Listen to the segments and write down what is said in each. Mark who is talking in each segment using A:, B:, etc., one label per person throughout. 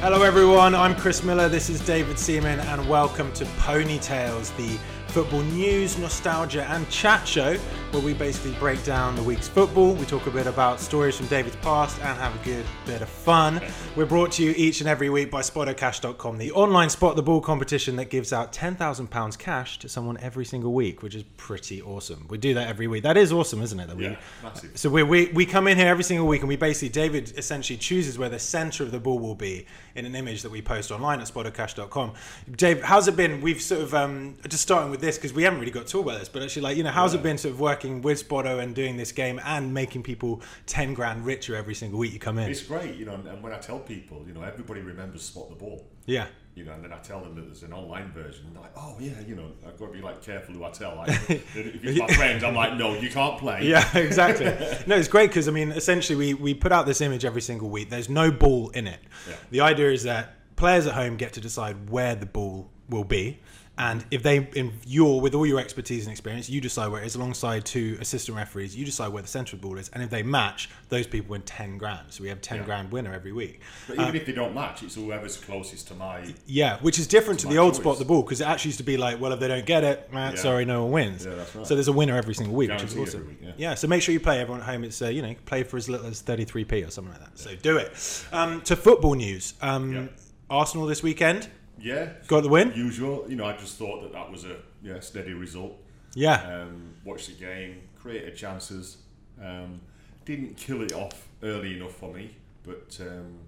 A: Hello, everyone. I'm Chris Miller. This is David Seaman, and welcome to Ponytails, the football news, nostalgia, and chat show, where we basically break down the week's football. We talk a bit about stories from David's past and have a good bit of fun. We're brought to you each and every week by SpotOCash.com, the online spot the ball competition that gives out £10,000 cash to someone every single week, which is pretty awesome. We do that every week. That is awesome, isn't it? That we,
B: Yeah, massive.
A: so we, we, we come in here every single week and we basically, David essentially chooses where the center of the ball will be in an image that we post online at spottercash.com. Dave, how's it been? We've sort of, um, just starting with this because we haven't really got to talk about this, but actually like, you know, how's it been sort of working with Spotto and doing this game and making people 10 grand richer every single week you come in?
B: It's great, you know, and, and when I tell people, you know, everybody remembers spot the ball,
A: Yeah.
B: you know, and then I tell them that there's an online version, and they're like, oh yeah, you know, I've got to be like careful who I tell. Like, if it's my friend, I'm like, no, you can't play.
A: Yeah, exactly. no, it's great because I mean, essentially, we we put out this image every single week. There's no ball in it.
B: Yeah.
A: The idea is that players at home get to decide where the ball will be. And if they, if you're with all your expertise and experience, you decide where it is alongside two assistant referees. You decide where the central ball is, and if they match, those people win ten grand. So we have ten
B: Yeah.
A: grand winner every week.
B: But even
A: Uh-huh.
B: if they don't match, it's whoever's closest to my.
A: Yeah, which is different to
B: my
A: the old
B: choice.
A: spot the ball because it actually used to be like, well, if they don't get it, eh, sorry, no one wins.
B: Yeah, that's right.
A: So there's a winner every single week, which is
B: Guarantee
A: awesome.
B: every week, yeah.
A: so make sure you play everyone at home. It's uh, you know play for as little as 33p or something like that. So do it. Um, to football news, um,
B: Yeah.
A: Arsenal this weekend
B: Yeah.
A: got the win.
B: Usual, you know, I just thought that that was a yeah, steady result.
A: Yeah,
B: Um, watched the game, created chances, um, didn't kill it off early enough for me, but um,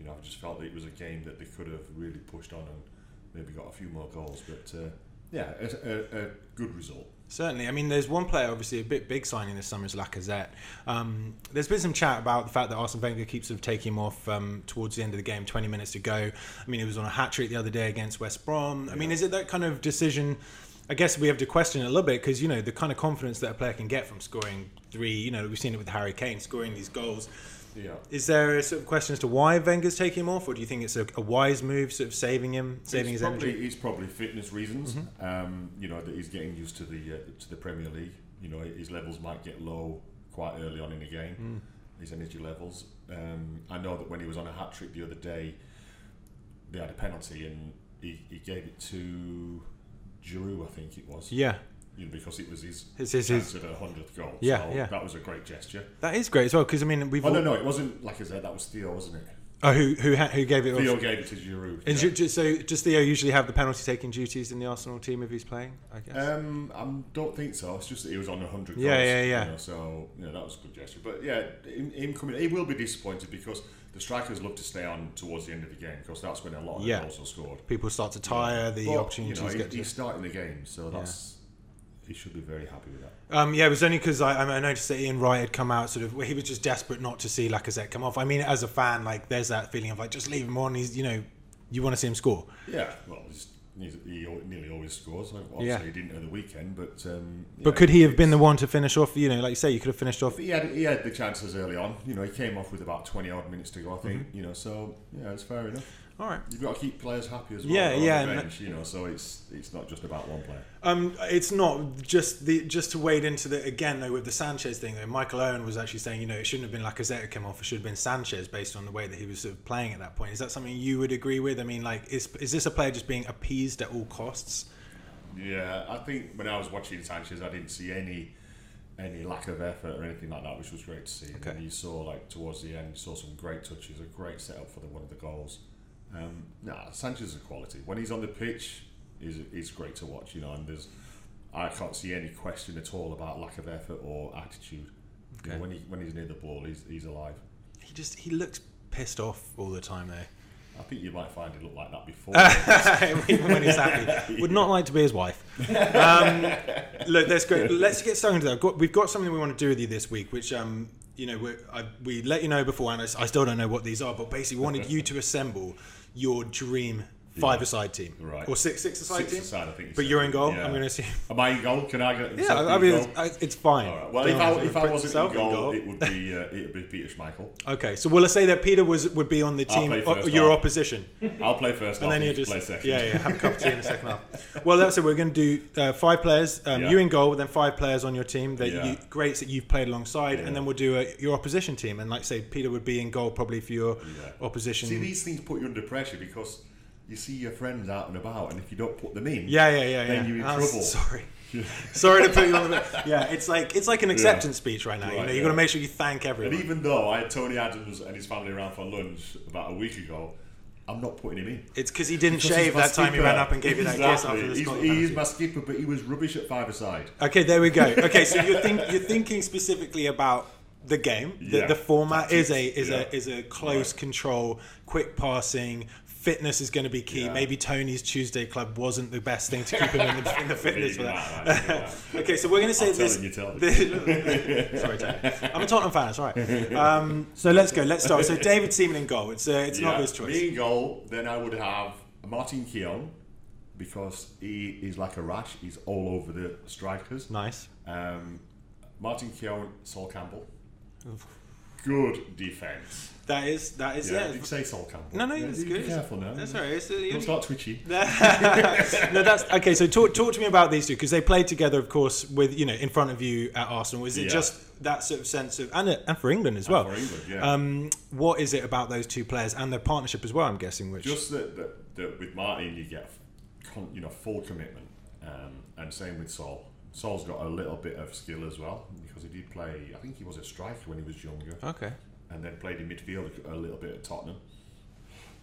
B: you know I just felt that it was a game that they could have really pushed on and maybe got a few more goals. But uh, yeah, a, a, a good result.
A: Certainly. I mean, there's one player, obviously, a bit big signing this summer is Lacazette. Um, there's been some chat about the fact that Arsene Wenger keeps sort of taking him off um, towards the end of the game, 20 minutes to go. I mean, he was on a hat trick the other day against West Brom. I mean, is it that kind of decision? I guess we have to question it a little bit because, you know, the kind of confidence that a player can get from scoring three, you know, we've seen it with Harry Kane scoring these goals.
B: Yeah.
A: Is there a sort of question as to why Wenger's taking him off, or do you think it's a, a wise move, sort of saving him, saving his
B: it's probably,
A: energy? Mm-hmm.
B: It's probably fitness reasons. Um, you know that he's getting used to the uh, to the Premier League. You know his levels might get low quite early on in the game.
A: Mm.
B: His energy levels. Um, I know that when he was on a hat trick the other day, they had a penalty and he, he gave it to Giroud, I think it was.
A: Yeah.
B: You know, because it was his
A: It's his-
B: chance at a hundredth goal.
A: Yeah,
B: so
A: yeah.
B: That was a great gesture.
A: That is great as well because, I mean, we've.
B: Oh
A: all-
B: no, no, it wasn't. Like I said, that was Theo, wasn't it?
A: Oh, who who ha- who gave it? off?
B: Theo gave it to Giroud.
A: And
B: yeah.
A: ju- ju- so, does Theo usually have the penalty taking duties in the Arsenal team if he's playing? I guess.
B: Um, I don't think so. It's just that he was on 100
A: Yeah,
B: goals,
A: yeah, yeah.
B: You know, so, you know, that was a good gesture. But, yeah, him, him coming... He will be disappointed because the strikers love to stay on towards the end of the game because that's when a lot of
A: Yeah.
B: the goals are scored.
A: People start to tire. The
B: But,
A: opportunities
B: you know, he-
A: get. to-
B: he's starting the game, so that's... He should be very happy with that.
A: Um, yeah, it was only because I, I noticed that Ian Wright had come out. Sort of, he was just desperate not to see Lacazette come off. I mean, as a fan, like there's that feeling of like just leave him on. He's you know, you want to see him score.
B: Yeah, well, he's, he's, he al- nearly always scores. Obviously,
A: Yeah.
B: he didn't at the weekend, but... Um,
A: But
B: yeah,
A: could he have been
B: it's-
A: the one to finish off? You know, like you say, you could have finished off.
B: But he had he had the chances early on. You know, he came off with about twenty odd minutes to go. I think
A: Mm-hmm.
B: you know, so yeah, it's fair enough.
A: All right.
B: You've got to keep players happy as well.
A: Yeah,
B: They're on
A: yeah,
B: The
A: and-
B: bench, you know, so it's it's not just about one player.
A: Um, it's not just the just to wade into the again though with the Sanchez thing though. Michael Owen was actually saying you know it shouldn't have been Lacazette who came off. It should have been Sanchez based on the way that he was sort of playing at that point. Is that something you would agree with? I mean, like, is is this a player just being appeased at all costs?
B: Yeah, I think when I was watching Sanchez, I didn't see any any lack of effort or anything like that, which was great to see. And
A: Okay.
B: then you saw like towards the end, you saw some great touches, a great setup for the one of the goals. Um, nah, Sanchez is a quality. When he's on the pitch, is is great to watch. You know, and there's I can't see any question at all about lack of effort or attitude. You know,
A: Okay.
B: when he when he's near the ball, he's he's alive.
A: He just he looks pissed off all the time though.
B: I think you might find he looked like that before.
A: Even when he's happy, would not like to be his wife. Um, look, that's great. Let's get stuck into that. I've got- We've got something we want to do with you this week, which um, you know we I, we let you know before, and I, s- I still don't know what these are, but basically we wanted you to assemble your dream five-a-side team,
B: Right.
A: Or six six-a-side
B: Six
A: team.
B: aside, I think. you
A: But
B: said.
A: you're in goal.
B: Yeah.
A: I'm going to assume.
B: Am I in goal? Can I get?
A: Yeah,
B: accepted
A: I
B: in
A: mean,
B: goal?
A: it's, I- it's fine.
B: All right. Well,
A: Don't
B: if I,
A: worry,
B: if I
A: put
B: wasn't
A: yourself
B: in goal, it would be uh, it would be Peter Schmeichel.
A: Okay, so will I say that Peter was would be on the
B: I'll
A: team,
B: play
A: o-
B: first
A: your
B: half.
A: opposition,
B: I'll play first.
A: and
B: half
A: then you
B: you
A: just
B: play second.
A: yeah yeah have a cup of tea in the second half. Well, that's it. We're going to do uh, five players, um,
B: Yeah.
A: you in goal, then five players on your team that
B: Yeah.
A: you, greats that you've played alongside,
B: Yeah.
A: and then we'll do a, your opposition team. And like say, Peter would be in goal probably for your
B: Yeah.
A: opposition.
B: See, these things put you under pressure because you see your friends out and about, and if you don't put them in,
A: yeah yeah yeah
B: Then
A: yeah.
B: you're in
A: Ah,
B: trouble.
A: Sorry. Sorry to put you on the yeah. It's like it's like an acceptance speech right now. you
B: Right,
A: know, you
B: yeah.
A: got to make sure you thank
B: And
A: everyone.
B: even though I had Tony Adams and his family around for lunch about a week ago, I'm not putting him in.
A: It's because he didn't
B: Because
A: shave
B: he's my
A: that time he
B: skipper.
A: ran up and gave you that kiss
B: Exactly.
A: after the
B: He's-
A: Scotland
B: He
A: penalty.
B: is my skipper, but he was rubbish at five aside.
A: Okay, there we go. Okay, so you're, think, you're thinking specifically about the game. The,
B: Yeah.
A: the format is a is
B: Yeah.
A: a is a close
B: Right.
A: control, quick passing. Fitness is going to be key.
B: Yeah.
A: Maybe Tony's Tuesday club wasn't the best thing to keep him in the, in the fitness for that. Okay, so we're going to say
B: I'll tell
A: this.
B: him you tell him.
A: this- sorry, Tony. I'm a Tottenham fan. It's all right. Um, so let's go. Let's start. So David Seaman in goal. It's a, it's an obvious choice.
B: Me in goal, then I would have Martin Keown because he is like a rash. He's all over the strikers.
A: Nice.
B: Um, Martin Keown, Sol Campbell. Good defence.
A: That is that is yeah.
B: Yeah, did you say Sol Campbell?
A: No, no,
B: yeah,
A: it's
B: you
A: good.
B: Be careful now.
A: That's all right. It's, uh, you
B: Don't start twitchy.
A: no, that's okay. So talk, talk to me about these two because they played together, of course, with you know in front of you at Arsenal. Is it
B: Yeah.
A: just that sort of sense of and and for England as well?
B: for England, yeah.
A: Um, what is it about those two players and their partnership as well? I'm guessing which
B: Just that, that, that with Martin, you get con, you know full commitment, um, and same with Sol. Sol's got a little bit of skill as well because he did play. I think he was a striker when he was younger,
A: okay.
B: and then played in midfield a little bit at Tottenham.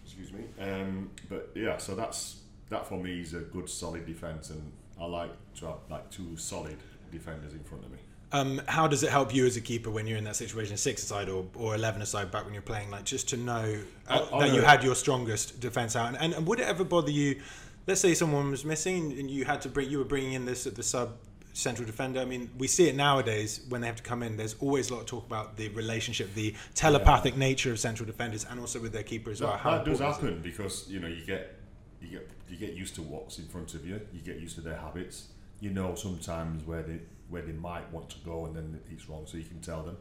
B: Excuse me. Um, but yeah, so that's that for me is a good solid defense, and I like to have like two solid defenders in front of me.
A: Um, how does it help you as a keeper when you're in that situation, six aside or, or eleven aside back when you're playing, like just to know uh,
B: I- I
A: that you
B: know-
A: had your strongest defense out? And, and, and would it ever bother you? Let's say someone was missing and you had to bring you were bringing in this at the sub central defender. I mean, we see it nowadays when they have to come in. There's always a lot of talk about the relationship, the telepathic nature of central defenders, and also with their keeper as well.
B: That, that
A: important is
B: does
A: it?
B: happen because you know you get you get you get used to what's in front of you. You get used to their habits. You know sometimes where they where they might want to go and then it's wrong, so you can tell them.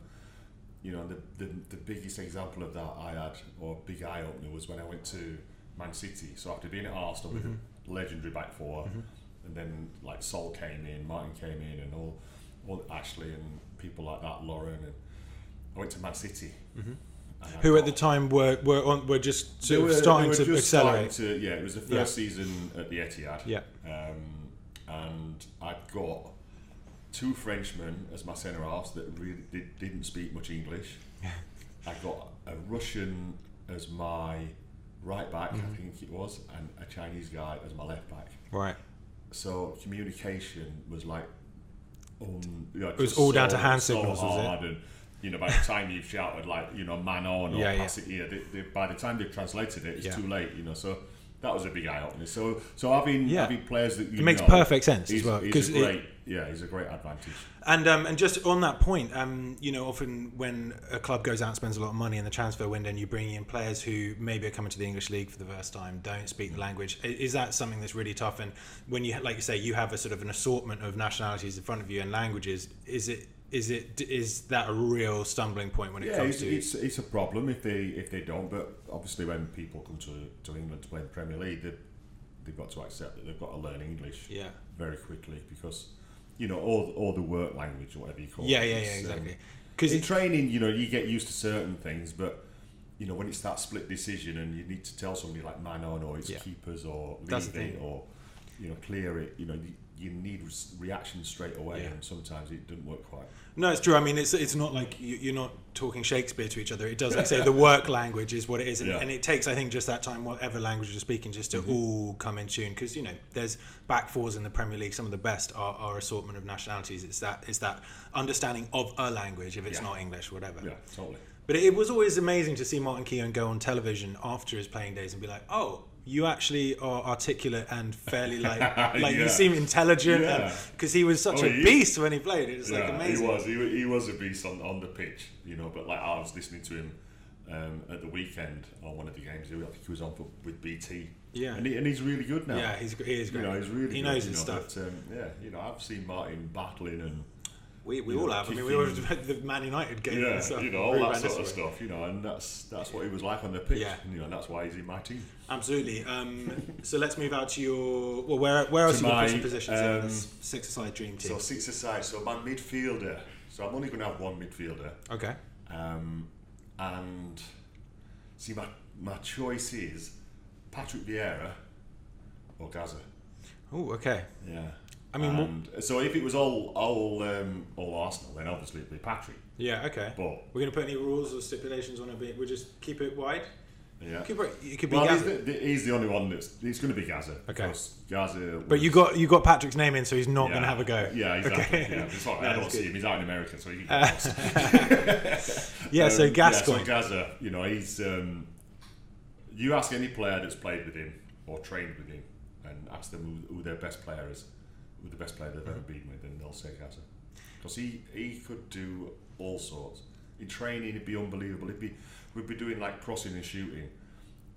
B: You know the the, the biggest example of that I had or big eye opener was when I went to Man City. So after being at Arsenal with
A: Mm-hmm.
B: a legendary back 4 and then like Sol came in, Martin came in, and all all Ashley and people like that, Lauren and. I went to Man City. and I
A: Mm-hmm. Who at the
B: got-
A: time were were on, were just
B: they
A: sort of
B: were-
A: starting
B: they were
A: to
B: just starting
A: accelerate.
B: to- yeah, it was the first
A: Yeah.
B: season at the Etihad.
A: Yeah.
B: Um, and I got two Frenchmen as my centre halves that really did, didn't speak much English. I got a Russian as my right back,
A: Mm-hmm.
B: I think it was, and a Chinese guy as my left back.
A: Right.
B: So communication was like, um, you know,
A: was all down to hand
B: so
A: signals, was it?
B: hard And, you know, by the time you've shouted like, you know, man on or
A: Yeah, yeah.
B: pass it here, they, they, by the time they've translated it, it's
A: Yeah.
B: too late. You know, so that was a big eye opener. So, so having
A: Yeah.
B: having players that you
A: It makes
B: know
A: perfect sense as
B: is,
A: well,
B: is a
A: 'cause it-
B: great, yeah, is a great advantage.
A: And um, and just on that point, um, you know, often when a club goes out and spends a lot of money in the transfer window, and you bring in players who maybe are coming to the English league for the first time, don't speak the language, i- is that something that's really tough? And when you, like you say, you have a sort of an assortment of nationalities in front of you and languages, is it is it is that a real stumbling point when it
B: Yeah,
A: comes
B: it's,
A: to?
B: it's, it's a problem if they if they don't. But obviously, when people come to, to England to play in the Premier League, they, they've got to accept that they've got to learn English.
A: yeah.
B: very quickly because you know all all the work language or whatever you call
A: Yeah,
B: it.
A: yeah, yeah,
B: is, um,
A: exactly. Because
B: in training, you know, you get used to certain things, but you know when it's that split decision and you need to tell somebody like man on or it's
A: Yeah.
B: keepers or
A: That's
B: leave
A: the
B: it
A: thing.
B: or you know clear it, you know you, you need res- reaction straight away
A: Yeah.
B: and sometimes it doesn't work quite.
A: No, it's true. I mean, it's it's not like you, you're not talking Shakespeare to each other. It does, like say, the work language is what it is, and,
B: Yeah. Mm-hmm.
A: and it takes, I think, just that time, whatever language you're speaking, just to all come in tune. Because you know, there's back fours in the Premier League. Some of the best are, are assortment of nationalities. It's that it's that understanding of a language, if it's
B: Yeah.
A: not English, whatever.
B: Yeah, totally.
A: But it was always amazing to see Martin Keown go on television after his playing days and be like, "Oh, you actually are articulate and fairly like like you
B: Yeah.
A: seem intelligent."
B: Yeah.
A: Because he was such
B: Oh,
A: a
B: he-
A: beast when he played. It was like
B: yeah,
A: amazing.
B: he was. He, wa- he was a beast on, on the pitch, you know. But like I was listening to him um, at the weekend on one of the games. I think he was on for, with BT
A: Yeah.
B: and, he, and he's really good now.
A: Yeah, he's, he is
B: you
A: great.
B: know, he's really
A: he
B: good,
A: knows
B: you
A: his
B: know,
A: stuff.
B: But, um, yeah, you know, I've seen Martin battling and
A: we we
B: you
A: all
B: know,
A: have. I mean, we
B: kicking.
A: always had the Man United game
B: yeah,
A: and stuff.
B: you know, all
A: Ruben
B: that sort of
A: Nistelrooy.
B: stuff. You know, and that's that's what he was like on the pitch.
A: Yeah.
B: You know, and that's why he's in my team.
A: Absolutely. Um, so let's move out to your. Well, where where else
B: To
A: you been
B: my,
A: pushing positions in
B: um,
A: this six side dream team?
B: So six aside. So my midfielder. So I'm only going to have one midfielder.
A: okay.
B: Um, and see, my my choice is Patrick Vieira or Gaza.
A: Oh, okay.
B: Yeah.
A: I mean, what-
B: and so if it was all all um, all Arsenal, then obviously it'd be Patrick.
A: Yeah. Okay.
B: But
A: We're gonna put any rules or stipulations on it. but We'll just keep it wide.
B: yeah,
A: Keep it. It could be.
B: well, he's
A: Gazza.
B: the, the- he's the only one that's it's going to be Gaza.
A: Okay.
B: because Gaza.
A: But you got you got Patrick's name in, so he's not
B: yeah.
A: gonna have a go.
B: Yeah, exactly.
A: Okay.
B: Yeah, it's all right,
A: No,
B: I don't
A: that's
B: see
A: good.
B: him. He's out in America, so he can
A: Yeah. so Gascoigne.
B: Um, Yeah, so Gaza, you know, he's. Um, you ask any player that's played with him or trained with him, and ask them who, who their best player is, who the best player they've
A: Mm-hmm.
B: ever been with, and they'll say Gaza, because he he could do all sorts. In training, it'd be unbelievable. It'd be we'd be doing like crossing and shooting,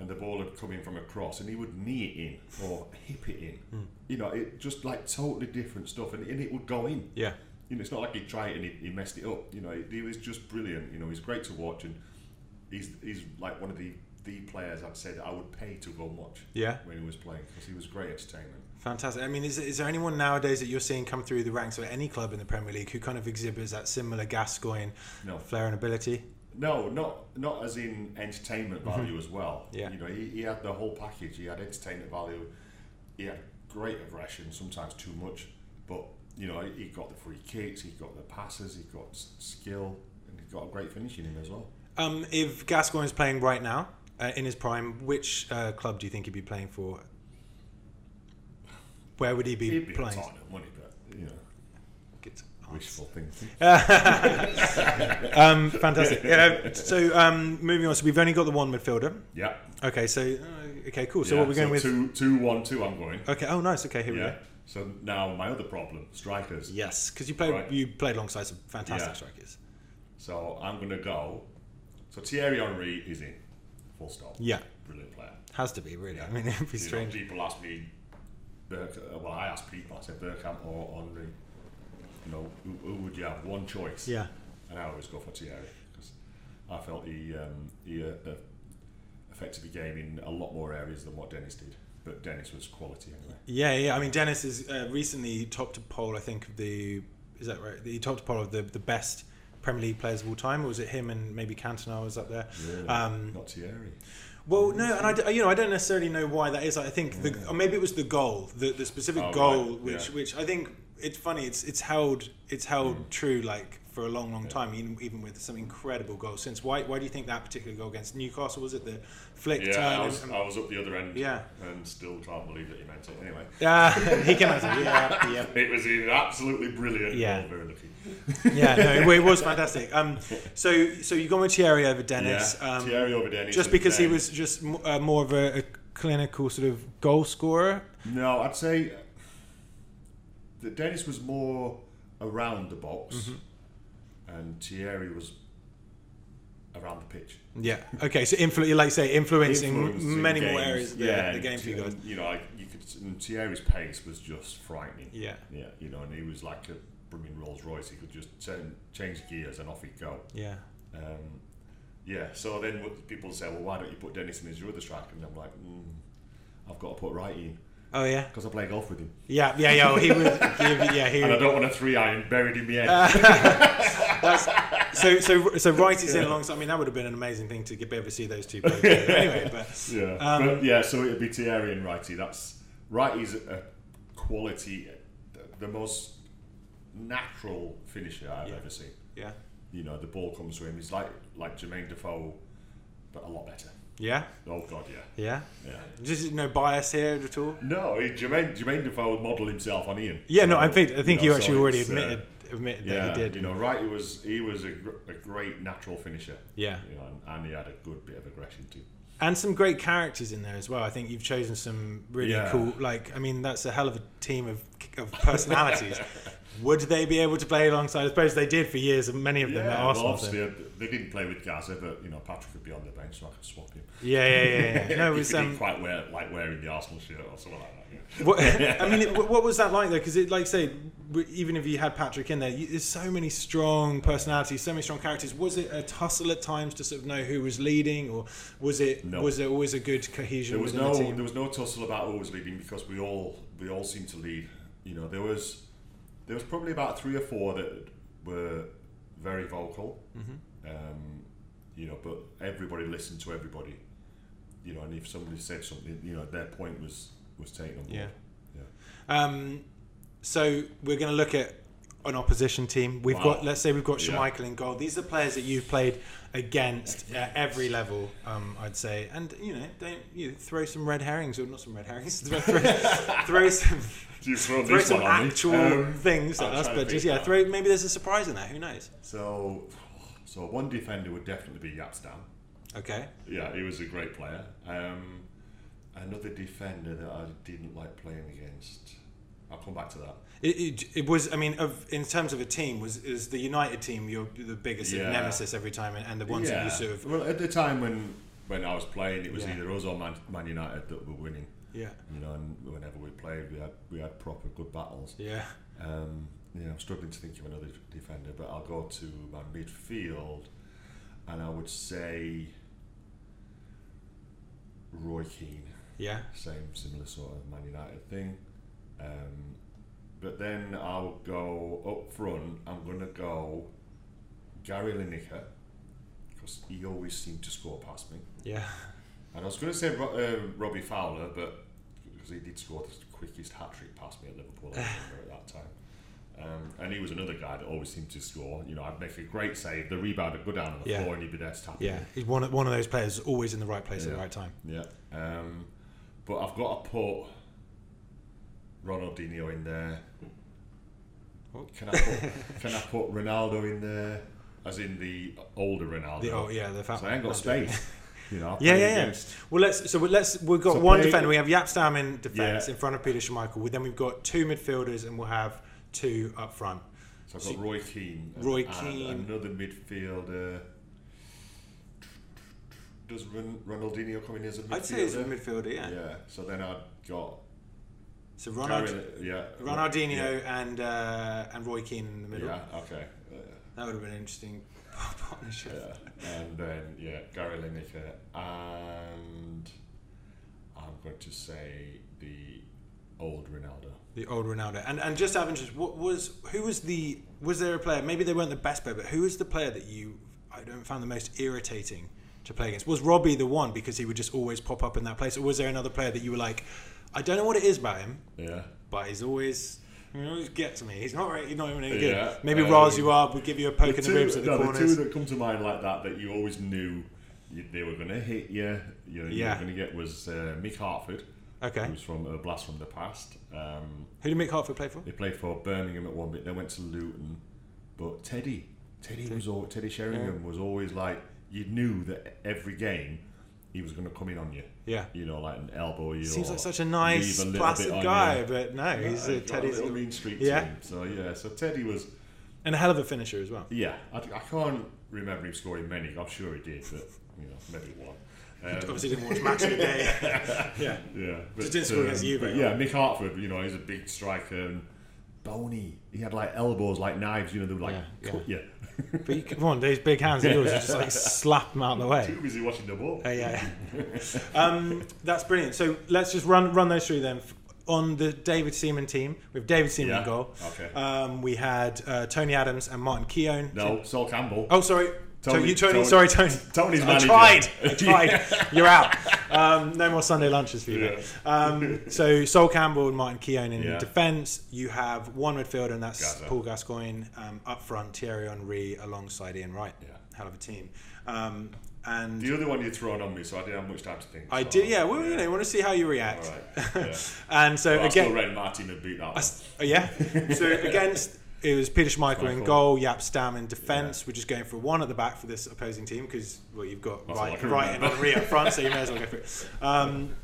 B: and the ball would come in from a cross, and he would knee it in or hip it in.
A: Mm.
B: You know, it just like totally different stuff, and, and it would go in
A: yeah.
B: you know, it's not like he tried it and he, he messed it up. You know, he, he was just brilliant. You know, he's great to watch, and he's he's like one of the the players I'd say that I would pay to go and watch
A: Yeah.
B: when he was playing because he was great entertainment.
A: Fantastic. I mean, is, is there anyone nowadays that you're seeing come through the ranks of any club in the Premier League who kind of exhibits that similar Gascoigne
B: No,
A: flair and ability?
B: no, not not as in entertainment value as well.
A: Mm-hmm. Yeah.
B: you know, he, he had the whole package. He had entertainment value. He had great aggression, sometimes too much, but you know, he, he got the free kicks, he got the passes, he got s- skill, and he got a great finish in him as well.
A: Um, if Gascoigne is playing right now uh, in his prime, which uh, club do you think he'd be playing for? Where would he be
B: He'd be a
A: playing?
B: Tottenham, wouldn't he? But you know.
A: Good
B: Wishful thinking.
A: um, fantastic. Yeah, so um, moving on. So we've only got the one midfielder.
B: Yeah.
A: Okay. So uh, okay, cool. So
B: yeah.
A: what we're going with?
B: Two, two, one, two. I'm going.
A: Okay. Oh, nice. Okay, here we
B: Yeah.
A: go.
B: So now my other problem, strikers.
A: Yes, because you played
B: Right.
A: you played alongside some fantastic
B: Yeah.
A: strikers.
B: So I'm going to go. So Thierry Henry is in. Full stop.
A: Yeah,
B: Brilliant player.
A: has to be really.
B: Yeah.
A: I mean, it'd be
B: You know,
A: strange.
B: people ask me, Berk, uh, well, I asked people, I said Bergkamp or Henry. You know, who, who would you have? One choice.
A: Yeah.
B: And I always go for Thierry because I felt he um, he uh, uh, affected the game in a lot more areas than what Dennis did. But Dennis was quality anyway.
A: Yeah, yeah. I mean, Dennis is uh, recently topped a poll. I think of the is that right? He topped a poll of the, the best Premier League players of all time. Or was it him and maybe Cantona was up there?
B: Really?
A: Um,
B: Not Thierry.
A: Well, no, and I, d- you know I don't necessarily know why that is. I think the, or maybe it was the goal, the, the specific
B: Oh, right,
A: goal, which
B: yeah. Mm.
A: which I think it's funny. It's it's held it's held true like for a long, long
B: Yeah.
A: time, even, even with some incredible goals. Since why why do you think that particular goal against Newcastle was it the flick turn?
B: Yeah, I
A: and-
B: was,
A: and-
B: I was up the other end.
A: Yeah.
B: And still can't believe that he meant it. Anyway,
A: Yeah, he came out. and said, Yeah, yeah,
B: it was either absolutely brilliant
A: Yeah.
B: or very lucky.
A: yeah. No, well, it was fantastic. Um, so so you gone with Thierry over Dennis.
B: yeah.
A: Um,
B: Thierry over Dennis.
A: just
B: and
A: because he
B: then-
A: was just m- uh, more of a, a clinical sort of goal scorer.
B: No, I'd say that Dennis was more around the box
A: Mm-hmm.
B: and Thierry was around the pitch.
A: Yeah. Okay. So, influ- like you say, influencing
B: Influencing
A: many more
B: games.
A: areas of the,
B: yeah,
A: the
B: and
A: game for you
B: Thi-
A: guys.
B: You know, I, you could, and Thierry's pace was just frightening.
A: Yeah.
B: Yeah, you know, and he was like a brilliant Rolls Royce. He could just turn, change gears and off he'd go.
A: Yeah.
B: Um, yeah, so then what- people say, well, why don't you put Dennis in as your other striker? And I'm like, mm, I've got to put right in
A: Oh yeah.
B: because I play golf with him.
A: Yeah. Yeah. Yeah. well, he would. Give, yeah. He
B: And I
A: would.
B: don't want a three iron buried in the end.
A: That's, so so so right is in alongside. I mean, that would have been an amazing thing to get, be able to see those two. Players together anyway, but
B: yeah.
A: um,
B: but yeah, so it'd be Thierry and Righty. That's Righty's a quality, the, the most natural finisher I've
A: Yeah.
B: ever seen.
A: yeah.
B: You know, the ball comes to him. He's like like Jermaine Defoe, but a lot better.
A: Yeah.
B: Oh God, yeah,
A: Yeah.
B: yeah.
A: Just no bias here at all.
B: No, he, Jermaine Jermaine Defoe would model himself on Ian.
A: Yeah. No.
B: So,
A: I think I think
B: know,
A: you
B: so
A: actually already
B: it's, uh,
A: admitted admitted that
B: yeah,
A: he did.
B: You know, Righty was he was a, gr- a great natural finisher.
A: Yeah.
B: You know, and, and he had a good bit of aggression too.
A: and some great characters in there as well. I think you've chosen some really
B: Yeah.
A: cool. Like, I mean, that's a hell of a team of, of personalities. Would they be able to play alongside? I suppose they did for years, and many of them at
B: Yeah, well,
A: Arsenal. so-
B: obviously, uh, they didn't play with Gaza, but you know Patrick would be on the bench, so I could swap him.
A: yeah, yeah, yeah. yeah. No, it
B: If
A: was
B: he didn't
A: um,
B: quite wear like wearing the Arsenal shirt or something like that. yeah.
A: What, I mean, it, what was that like though? Because, like I say, w- even if you had Patrick in there, you, there's so many strong personalities, so many strong characters. Was it a tussle at times to sort of know who was leading, or was it
B: No.
A: was there always a good cohesion
B: There was
A: within
B: no
A: the team?
B: there was no tussle about who was leading because we all we all seemed to lead. You know there was there was probably about three or four that were very vocal.
A: Mm-hmm.
B: Um, you know, but everybody listened to everybody. You know, and if somebody said something, you know, their point was was taken on board.
A: Yeah.
B: yeah.
A: Um, so we're going to look at an opposition team. We've
B: Wow.
A: got, let's say, we've got
B: Yeah.
A: Schmeichel in goal. These are players that you've played against at every level, um, I'd say. And you know, don't you know, throw some red herrings or not some red herrings? throw, throw some,
B: Do you throw
A: throw
B: this
A: some
B: one on me?
A: actual
B: Um,
A: things at
B: I'm
A: us,
B: trying to
A: but just
B: think
A: yeah,
B: now.
A: throw. Maybe there's a surprise in there. Who knows?
B: so, so one defender would definitely be Yapstam.
A: Okay.
B: Yeah, he was a great player. Um, another defender that I didn't like playing against. I'll come back to that.
A: It, it, it was. I mean, of in terms of a team, was is the United team your the biggest sort of
B: Yeah.
A: nemesis every time, and, and the ones that you sort of
B: well, at the time when when I was playing, it was
A: Yeah.
B: either us or Man, Man United that were winning.
A: yeah
B: You know, and whenever we played, we had we had proper good battles.
A: yeah
B: Um, you know, I'm struggling to think of another defender, but I'll go to my midfield, and I would say Roy Keane.
A: yeah.
B: same similar sort of Man United thing. Um, but then I'll go up front. I'm gonna go Gary Lineker because he always seemed to score past me.
A: Yeah,
B: And I was gonna say Ro- uh, Robbie Fowler, but because he did score the quickest hat trick past me at Liverpool, I remember at that time. Um, and he was another guy that always seemed to score. You know, I'd make a great save, the rebound would go down on the
A: Yeah.
B: floor, and he'd be there to tap it
A: yeah.
B: in.
A: He's one of, one of those players always in the right place at the
B: Yeah.
A: right time.
B: Yeah. Um, but I've got to put Ronaldinho in there.
A: Oh.
B: Can I put Can I put Ronaldo in there? As in the older Ronaldo.
A: The, oh yeah, the fact.
B: So I ain't got space. You know. I
A: Yeah,
B: play
A: yeah, yeah.
B: against-
A: Well, let's. So we- let's. We've got
B: So
A: one
B: play-
A: defender. We have Yapstam in defence
B: Yeah.
A: in front of Peter Schmeichel. We- Then we've got two midfielders, and we'll have two up front.
B: So I've
A: So-
B: got Roy Keane. and-
A: Roy
B: and
A: Keane.
B: another midfielder. Does Ron- Ronaldinho come in as a midfielder?
A: I'd say he's a midfielder. Yeah.
B: Yeah. So then I've got.
A: So Ronald,
B: Gary- yeah.
A: Ronaldinho and uh, and Roy Keane in the middle.
B: Yeah. Okay. Uh,
A: That would have been an interesting partnership.
B: Yeah. And then yeah, Gary Lineker and I'm going to say the old Ronaldo.
A: The old Ronaldo. And and just out of interest, what was who was the was there a player? Maybe they weren't the best player, but who was the player that you I don't found the most irritating to play against? Was Robbie the one because he would just always pop up in that place, or was there another player that you were like, I don't know what it is about him,
B: Yeah.
A: but he's always he always gets me. He's not really, he's not even any good.
B: Yeah,
A: Maybe
B: um,
A: rile you up, would give you a poke in the ribs at the
B: no, the
A: corners.
B: two that come to mind like that that you always knew you, they were going to hit you. You know,
A: Yeah.
B: you were going to get was uh, Mick Hartford,
A: okay,
B: who's from a blast from the past. Um,
A: who did Mick Hartford play for?
B: They played for Birmingham at one bit, then went to Luton. But Teddy, Teddy was all, Teddy Sheringham was always like you knew that every game he was going to come in on you.
A: Yeah.
B: You know, like an elbow you.
A: Seems
B: or
A: like such a nice,
B: leave a little
A: placid
B: bit on
A: guy,
B: you.
A: but no,
B: Yeah,
A: he's a
B: he's got a
A: Teddy's
B: little mean streak
A: Yeah.
B: to him. So yeah, so Teddy was
A: and a hell of a finisher as well.
B: yeah. I, I can't remember him scoring many. I'm sure he did, but you know maybe one. Um,
A: Obviously, didn't watch match of the day. yeah.
B: Yeah,
A: Just didn't score against Juve,
B: but Yeah, Mick Hartford, you know, he's a big striker and bony. He had like elbows like knives, you know, they were like
A: Yeah,
B: cut you.
A: But you, come on, those big hands of yours, you just like slap them out of the way.
B: Too busy watching the ball.
A: Uh, yeah. Um, that's brilliant. So let's just run run those through then. On the David Seaman team, with David Seaman in
B: Yeah,
A: goal.
B: okay.
A: Um, we had uh, Tony Adams and Martin Keown.
B: No, Sol Campbell.
A: Oh, sorry. Tony,
B: Tony-
A: you, Tony,
B: Tony-
A: sorry, Tony.
B: Tony's
A: I
B: manager.
A: tried. I tried. You're out. Um, no more Sunday lunches for you. mate. Um, so Sol Campbell and Martin Keown in
B: Yeah.
A: defence. You have one midfielder, and that's
B: Gaza.
A: Paul Gascoigne um, up front. Thierry Henry alongside Ian Wright.
B: Yeah.
A: Hell of a team. Um, and
B: The other one you'd thrown on me, so I didn't have much time to think.
A: I
B: so-
A: did, yeah. Well, you know, want to see how you react.
B: All right. Yeah.
A: And so
B: But I still
A: again,
B: read Martin had beat that one.
A: oh, yeah. So against it was Peter Schmeichel in
B: Schmeichel.
A: goal, Yap Stam in defence. We're just going for one at the back for this opposing team because well, you've got
B: That's all I
A: right,
B: can
A: right and
B: remember.
A: Henri up front, so you may as well go for it. Um,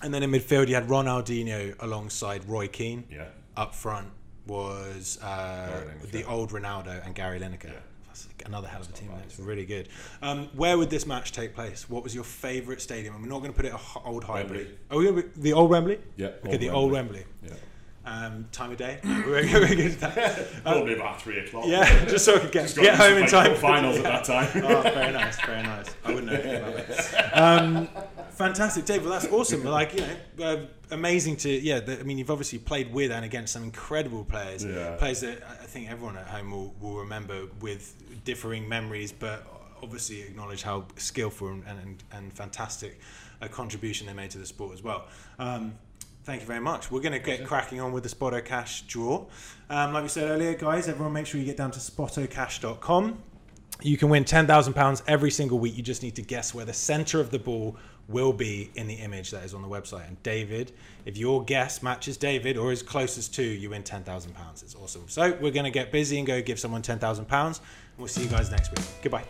A: and then in midfield, you had Ronaldinho alongside Roy Keane.
B: Yeah.
A: Up front, was uh,
B: Gary Lineker.
A: the old Ronaldo and Gary Lineker.
B: Yeah.
A: That's another hell of a team.
B: bad,
A: That's
B: is it?
A: really good. Um, where would this match take place? What was your favourite stadium? And we're not going to put it a h- old hybrid.
B: Wembley.
A: Are we going to be the old Wembley?
B: Yeah,
A: Okay,
B: old
A: the old
B: Wembley.
A: Wembley.
B: Yeah.
A: Um, time of day. we're good- we're good at that.
B: Probably about three o'clock.
A: Yeah, just so I could get,
B: Just got
A: get
B: used to
A: home in
B: playing
A: time.
B: Finals at that time.
A: Oh, very nice, very nice. I wouldn't know anything about that. Um, fantastic, Dave. Well, that's awesome. Like, you know, uh, amazing to, yeah, the, I mean, you've obviously played with and against some incredible players.
B: Yeah.
A: Players that I I think everyone at home will, will remember with differing memories, but obviously acknowledge how skillful and, and, and fantastic a contribution they made to the sport as well. Um, Thank you very much. We're going to get cracking on with the Spotto Cash draw. Um, like we said earlier, guys, everyone make sure you get down to spottocash.com. You can win ten thousand pounds every single week. You just need to guess where the center of the ball will be in the image that is on the website. And David, if your guess matches David or is closest to, you win ten thousand pounds. It's awesome. So we're gonna get busy and go give someone ten thousand pounds. We'll see you guys next week. Goodbye.